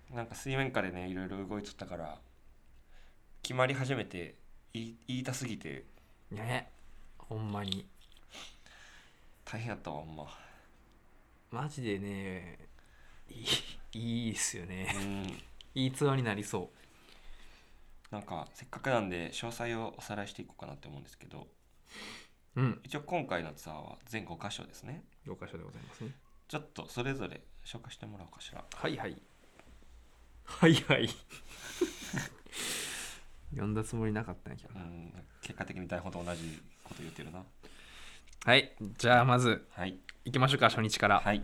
なんか水面下でねいろいろ動いとったから決まり始めて言い言いたすぎて
ねほんまに
大変やったわほんま
マジでねいい いいっすよね
うん
いいツアーになりそ
なんかせっかくなんで詳細をおさらいしていこうかなって思うんですけど
ううん
一応今回のツアーは全5箇所ですね
教科書でございますね
ちょっとそれぞれ紹介してもらおうかしら
はいはいはいはい 呼んだつもりなかったんやけど
う
なん
結果的に台本と同じこと言ってるな
はいじゃあまず
はい
行きましょうか初日から、
はい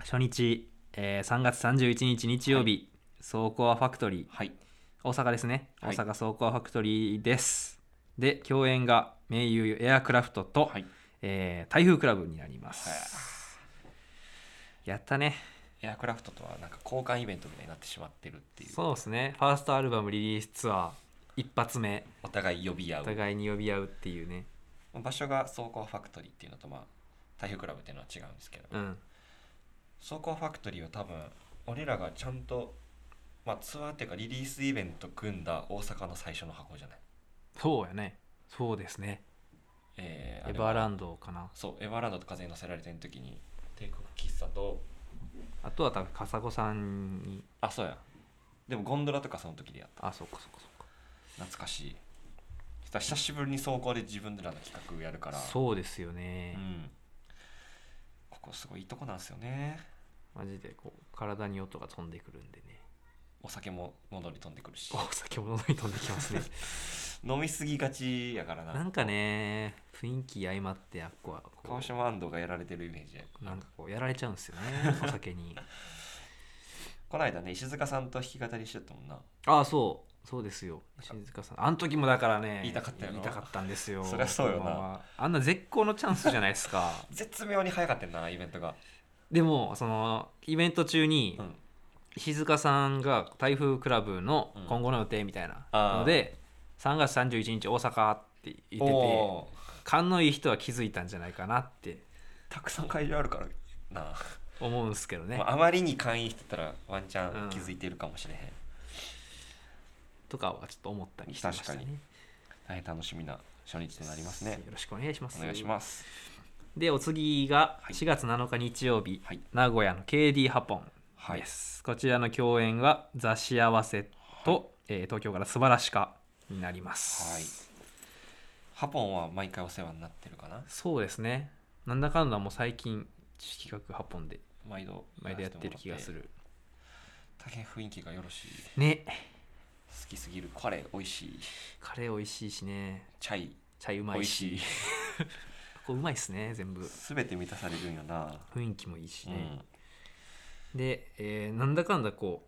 初日、えー3月31日日曜日、走コアファクトリー
はい
大阪ですね、
はい
大阪走コアファクトリーですで共演が名優エアクラフトと、
はい
えー台風クラブになります、やったね
エアクラフトとはなんか交換イベントみたいになってしまってるっていう
そうですねファーストアルバムリリースツアー一発目
お互い呼び合
お
う
互いに呼び合うっていうね
場所が走行ファクトリーっていうのとまあ台風クラブっていうのは違うんですけど、
うん
走行ファクトリーは多分俺らがちゃんと、まあ、ツアーっていうかリリースイベント組んだ大阪の最初の箱じゃない、
そうやねそうですね
え
エバーラ
ド
ンドかな
そうエバーランドと風に乗せられてる時に帝国喫茶と
あとは多分笠子さんに
あそうやでもゴンドラとかその時でやっ
あそっかそっかそっか
た懐かしいそしたら久しぶりに走行で自分らの企画やるから
そうですよ
う
ね、
んここすごいいいとこなんですよね
マジでこう体に音が飛んでくるんでね
お酒も喉に飛んでくるし
お酒も喉に飛んでき ますね
飲みすぎがちやからな
なんかね雰囲気相まってあっこはこう
川島安藤がやられてるイメージや
なんかこうやられちゃうんです よねお酒に
この間ね石塚さんと弾き語りしてたもんな
ああそうそうですよ石塚さんあの時もだからね
言いたかったよな
言いたかったんですよ
そりゃそうよな
こんばんはあんな絶好のチャンスじゃないです か
絶妙に早かったよなイベントが
でもそのイベント中に、
うん
石塚さんが台風クラブの
うん
今後の予定みたいな
あー
ので、3月31日大阪って言ってて
おー
勘のいい人は気づいたんじゃないかなって
たくさん会場あるからな、
思うんですけどね、
まあ、あまりに会員してたらワンチャ
う
ン
ん
気づいてるかもしれへん、
とかはちょっと思ったりしてました
確か
ね。
大変楽しみな初日となりますね
よろしくお願いします。
お願いします
でお次が
はい
4月7日日曜日、
はい
名古屋の KD ハポン
はい
です、こちらの共演は「ザ・幸せと」えー東京から「素晴らしか」になります、
はいハポンは毎回お世話になってるかな
そうですねなんだかんだもう最近企画ハポンで
毎度
毎度やってる気がする
大変雰囲気がよろしい
ね
好きすぎるカレー美味しい
カレー美味しいしね
チャイ
茶うま
美
い
味
し
しい
ここうまいっすね全部
全て満たされるんよな、
雰囲気もいいし
う
ね、
ん、
で、えーなんだかんだこ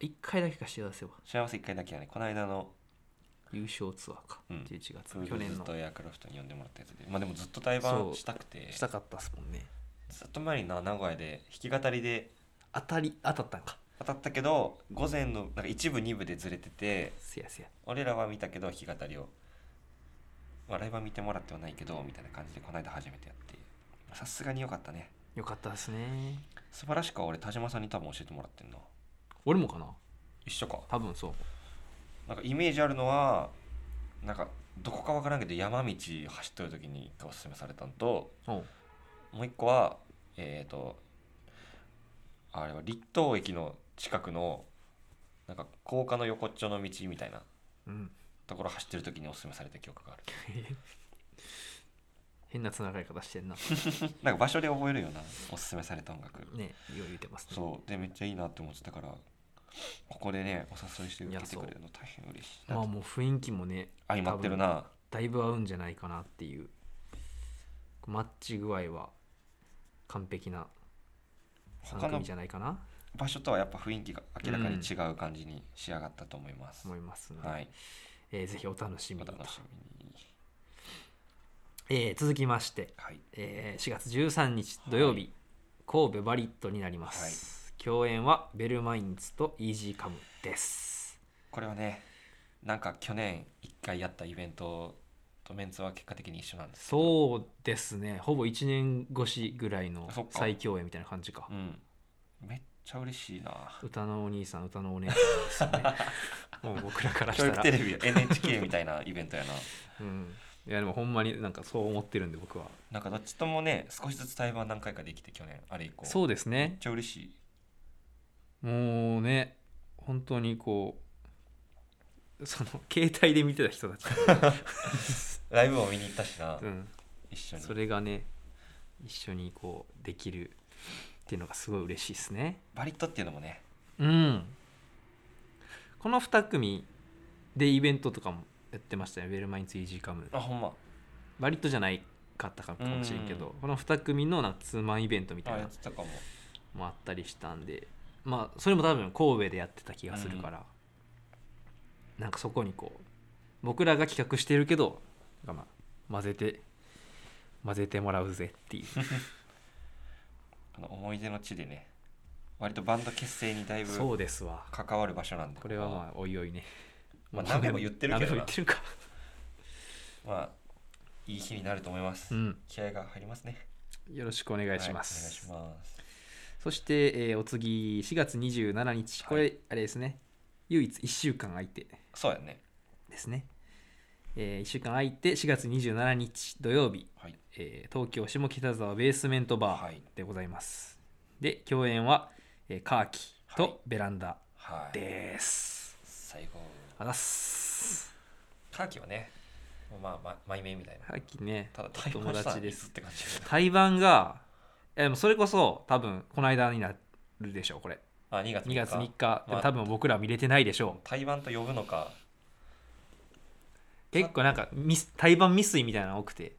う1回だけか幸せは
幸せ一回だけやねこの間の
優勝ツアーか、
うん
11月
プー
去
ル
年
ずっ
の
とエアクラフトに呼んでもらったやつでまあでもずっと対バ
そ
ン
う
したくて
したかったっすもんね
ずっと前にな名古屋で弾き語りで
当たり当たったんか
当たったけど午前のなんか一部二部でずれてて
せやせや
俺らは見たけど弾き語りを笑いは見てもらってはないけどみたいな感じでこの間初めてやってさすがに良かったね
よかったですね
素晴らしくは俺田島さんに多分教えてもらってんの
俺もかな
一緒か
多分そう
なんかイメージあるのはなんかどこかわからんけど山道走っとる時に一回おすすめされたんと
おう
もう一個はえっ、とあれは立東駅の近くのなんか高架の横っちょの道みたいな
うん、
ところ走ってる時におすすめされた記憶がある
変なつながり方して んな
なんか場所で覚えるようなおすすめされた音楽
ねよう言うてますね
そうでめっちゃいいなって思ってたからここでねお誘いして受けてくれるの大変嬉しいな
まあもう雰囲気もね
相まってるな
だいぶ合うんじゃないかなっていうマッチ具合は完璧な
他
3
の
組じゃないかな
場所とはやっぱ雰囲気が明らかに違う感じに仕上がったと思います、
思いますので、
はい
えーぜひお楽しみ
お
にと
楽しみに
えー続きまして、
はい
えー4月13日土曜日、神戸バリットになります、共演はベルマインズとイージーカムです
これはねなんか去年一回やったイベントとメンツは結果的に一緒なんですけど
そうですねほぼ1年越しぐらいの
あそっか
再共演みたいな感じか
うんめっちゃ嬉しいな
歌のお兄さん歌のお姉さんです よねもう僕らからし
教
た
育
ら
テレビや NHK みたいなイベントやな
うん、いやでもほんまになんかそう思ってるんで僕は
なんかどっちともね少しずつ対バン何回かできて去年あれ以降
そうです
め
ね
っちゃ嬉しい
もうね本当にこうその携帯で見てた人たち、
ライブも見に行ったしな、
うん、
一緒に
それがね一緒にこうできるっていうのがすごい嬉しいですね
バリットっていうのもね
うんこの2組でイベントとかもやってましたねウェルマインツイージーカム
あほんま
バリットじゃないかったかもしれんけど、この2組のなんかツーマンイベントみ
あ
たい
や
な
ってたかも
もあったりしたんでまあそれも多分神戸でやってた気がするから、なんかそこにこう僕らが企画してるけどなんかまあ混ぜて混ぜてもらうぜっていう
この思い出の地でね割とバンド結成にだいぶ
そうですわ
関わる場所なんで
これはまあおいおいね
まあ何回も言ってるけど
何回
な
も言ってるか
あまあいい日になると思います、
うん
気合が入りますね
よろしくお願いしま
はい、お願い
す
し、ます
そして、えーお次4月27日これ、
は
あれですね唯一1週間空いて
そうやね
ですね、え1週間空いて4月27日土曜日
はい
えー東京下北沢ベースメントバ
は
ー
い
でございます、で共演は、えーカーキ
はい
とベランダ
はい
です、
最後
あざっす
カーキはねまあまあマイメイみたいな
カーキね
ただ対
友
話したら
達
い
で
つっ
す
て感じ
台湾がいやでもそれこそ多分この間になるでしょうこれ
あ2月3
2
日
月3日
ま
でも
あ
多分僕ら見れてないでしょう
台湾と呼ぶのか
結構なんかミス台湾未遂みたいなの多くて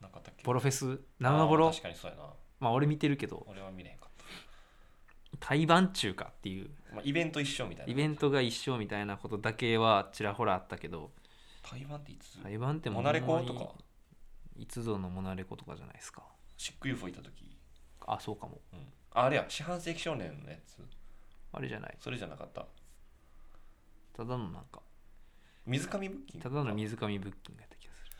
なかったっけ
ボロフェス生ボ
あー
ロ
確かにそうやな
まあ俺見てるけど
俺は見れへんかっ
台湾中かっていう
た、まあ、イベント一緒みたいな
イベントが一緒みたいなことだけはちらほらあったけど
台湾っていつ
台湾っても
モ
うほ
ナ
んま
レ
に
コとか
いつぞのモナレコとかじゃないですか。
シック UFO いた時、
あ、そうかも。
うん、ああれや四半世紀少年のやつ
あれじゃない。
それじゃなかった
ただのなんか、
水上ブッキング
ただの水上ブッキングやった気がする。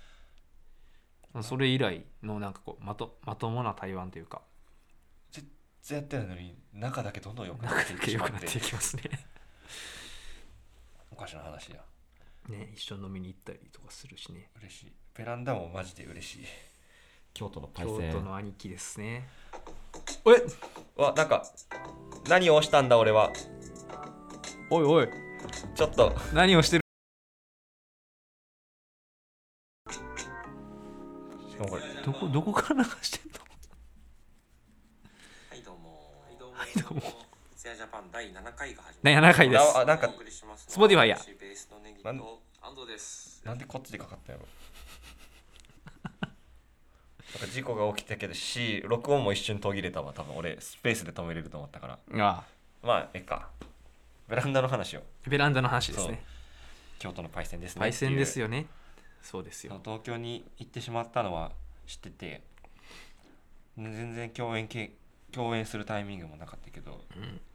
まあそれ以来のなんかこうまとまともな台湾というか、
ずっとやってるのに中だけどんどん良く
な
なん
か
っていってし
良
ま
く
っ
なってていきますね。
おかしな話や
ね、一緒に飲みに行ったりとかするしね。
嬉しいベランダもマジで嬉しい
京都のパイ
京
セ
都
ン
の兄貴ですね。
えわなんか何を押したんだ俺は
おいおい、
ちょっと
何をしてる
しかもこれ
どこどこから流してんの
はいどうも。はいどうも。
はいどうも
ツヤジャパン第7回が始まり
7回です。
あなんか
お送りしますのは。
スポティファイや
私ベースのネギ
なん
と安藤です。
なんでこっちでかかったんやろ なんか事故が起きたけどし録音も一瞬途切れたわ多分俺スペースで止めれると思ったから
あ
まあええかベランダの話を
ベランダの話ですね。
京都のパイセンですね
パイセンです
よ
よね。そうですよ。
東京に行ってしまったのは知っててね全然共演け共演するタイミングもなかったけど、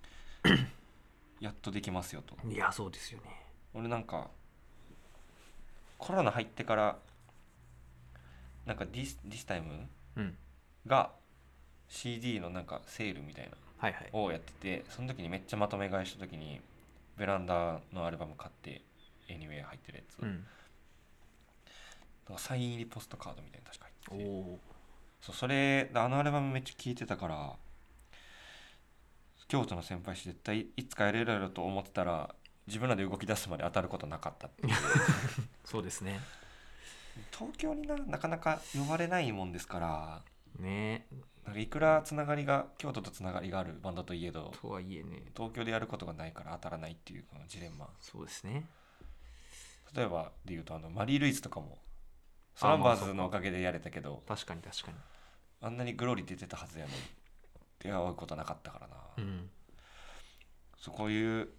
やっとできますよと
いや、そうですよね。
俺なんかコロナ入ってからなんかディスディスタイム
うん。
が CD のなんかセールみたいな
はいはい。
をやっててその時にめっちゃまとめ買いした時にベランダのアルバム買って「Anyway」入ってるやつ、
うん。
なんかサイン入りポストカードみたいなの確か
お
入ってて
お。
そうそれあのアルバムめっちゃ聴いてたから京都の先輩し絶対いつかやれるやろと思ってたら自分らで動き出すまで当たることなかったっていう
そうですね。
東京にななかなか呼ばれないもんですから
ね
なんかいくらつながりが京都とつながりがあるバンドといえど
とはいえね
東京でやることがないから当たらないっていうこのジレンマ
そうですね
例えばで言うとあのマリー・ルイズとかもスランバーズのおかげでやれたけど
確かに確かに
あんなにグローリー出てたはずやのに出会うことなかったからな、
うん
そうこういう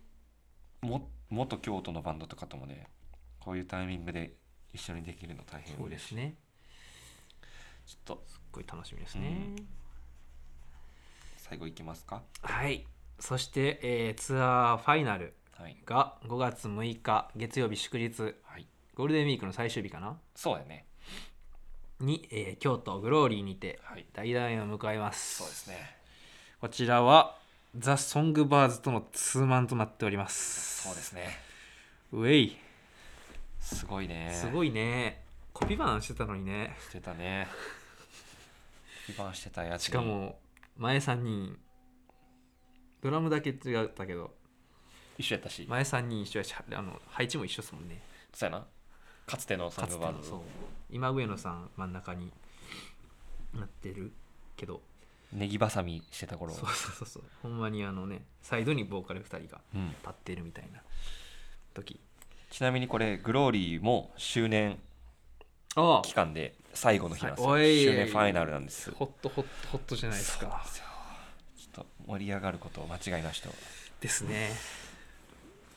も元京都のバンドとかともねこういうタイミングで一緒にできるの大変
そうで
嬉しい
すね
ちょっと
すっごい楽しみですね、
うん最後いきますか
はいそして、えーツアーファイナル
はい、
が5月6日月曜日祝日
はい、
ゴールデンウィークの最終日かな
そうやね
に、えー京都グローリーにて
はい
大団円を迎えます
そうですね
こちらはザ・ソングバーズとのツーマンとなっております
そうですね
ウェイ
すごいね
す
い
ごいねコピーバンしてたのにね
してたね一番してたやつに
しかも前3人ドラムだけ違ったけど
一緒やったし
前3人一緒やしあの配置も一緒ですもんね
そうやなかつてのサ
か
ン
つ
グ
て
バー
の
ド
そう今上野さん真ん中になってるけど
ネギバサミしてた頃
そうそうそうそうほんまにあのねサイドにボーカル2人が
うん
立ってるみたいな時
ちなみにこれグローリーも周年
あ
期間で最後の日なんですよ
おい
周年ファイナルなんです
ホットホットホットじゃないです
そうなん
か
ですよちょっと盛り上がることを間違いなしと
ですね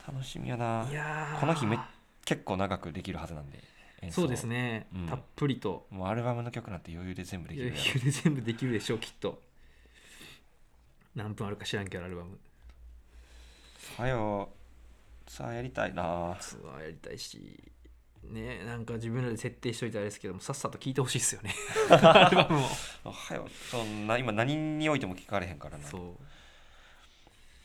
楽しみやない
やー
この日め結構長くできるはずなんで演奏
そうですね、
うん
たっぷりと
もうアルバムの曲なんて余裕で全部でき
余
るや
裕で全部できるでしょうきっと何分あるか知らんけどアルバム
んはよさあやりたいな
ツアーやりたいしねなんか自分らで設定しといてあれですけどもさっさと聴いてほしいですよねアルバムを
おはよそんな今何においても聞かれへんからな
そう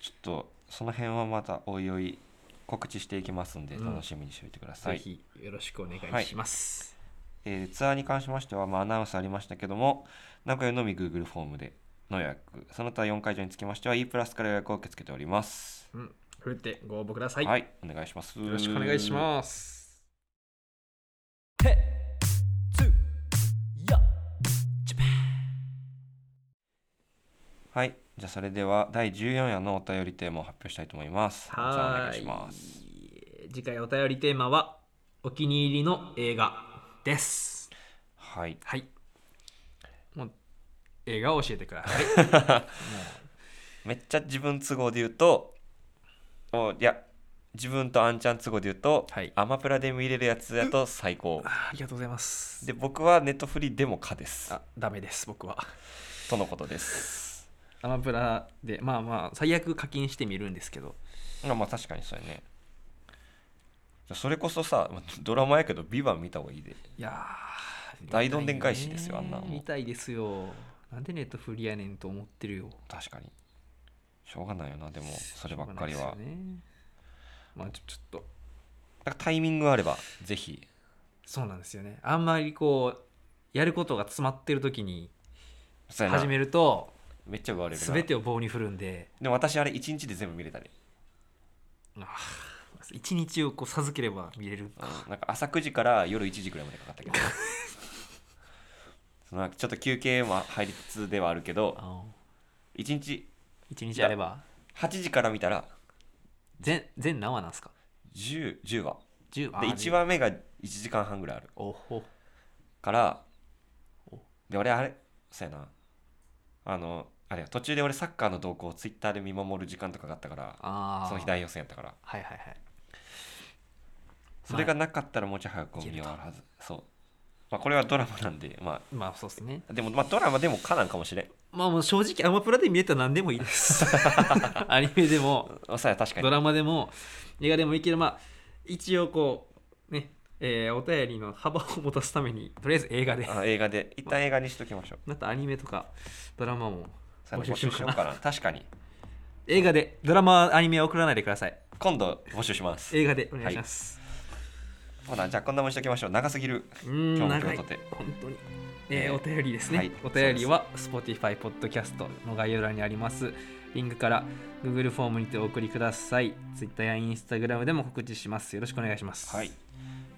ちょっとその辺はまたおいおい告知していきますんで
うん
楽しみにしておいてください、
ぜひよろしくお願いします、
えーツアーに関しましては、まあ、アナウンスありましたけども名古屋のみ Google フォームでの予約その他4会場につきましては E プラスから予約を受け付けております
うんふるってご応募くださ、
はいい、お願いします
よろしくお願いし
す
ます
はいじゃあそれでは第14夜のお便りテーマを発表したいと思います松さんお願いします
はい次回お便りテーマはお気に入りの映画です
はい
はいもう映画を教えてください
めっちゃ自分都合で言うとおいや自分とあんちゃん都合で言うと、
はい
アマプラで見れるやつだと最高
あありがとうございます
で僕はネットフリでも可です
あダメです僕は
とのことです
アマプラでまあまあ最悪課金してみるんですけど
まあまあ確かにそうやねそれこそさまあドラマやけど「ビバン見た方がいいで
いやー
大どんでん返しですよあんなもん
見たいですよなんでネットフリやねんと思ってるよ
確かにしょうがないよなでもそればっかり
しょうが
は、
ないですよねまあちょちょっと
だからタイミングがあればぜひ
そうなんですよねあんまりこうやることが詰まってる時に
そうやな
始めると
めっちゃ奪われるな
全てを棒に振るんで
でも私あれ1日で全部見れたね、
あー一日をこう授ければ見れる
うんなんか朝9時から夜1時くらいまでかかったけど そのちょっと休憩も入りつつではあるけど
あの
1日
一日あれば
8時から見たら
全全何話なんですか
10, 10話
10
で1話目が1時間半ぐらいある
おほ
から
お
で俺あれそうやなあのあれや途中で俺サッカーの動向をツイッターで見守る時間とかがあったから
ああ
その日大予選やったから
はいはいはい
それがなかったらもうちょい早く見
いけ
終
ると
わるはずそう、まあ、これはドラマなんでま
まあそうですね
あでもまあドラマでもかなんかもしれん
まあもう正直アマプラで見れたら何でもいいです アニメでも
あそうや確か
ド
に
ラマでも映画でもいいけどまあ一応こうねえーお便りの幅を持たすためにとりあえず映画で
あ映画で一旦映画にしときましょう
またアニメとかドラマも
そうやな
募集しようかな
募な確かに
映画でドラマアニメは送らないでください
今度募集します
映画でお願いします、
ほなじゃあこんなもんしときましょう長すぎる
うー
今
ん
日も
長い
今日とて
本当に、えー
えー
お便りですね、
はい
お便りは Spotify ポッドキャストの概要欄にありますリンクから Google フォームにてお送りください Twitter や Instagram でも告知しますよろしくお願いします
はい、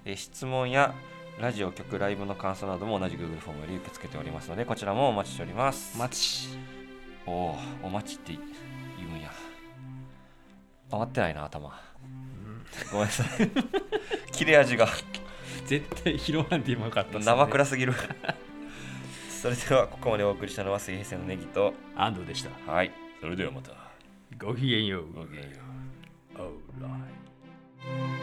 えー質問やラジオ曲ライブの感想なども同じ Google フォームより受け付けておりますのでこちらもお待ちしております
マチ
おおお待ちって言うんや回ってないな頭、ごめんなさい 切れ味が
絶対拾わんでもよかった
生
ら
暗すぎるそれではここまでお送りしたのは水平線のネギと
安藤でした
はいそれではまた
ごきげんよう
ごきげんよう
All right.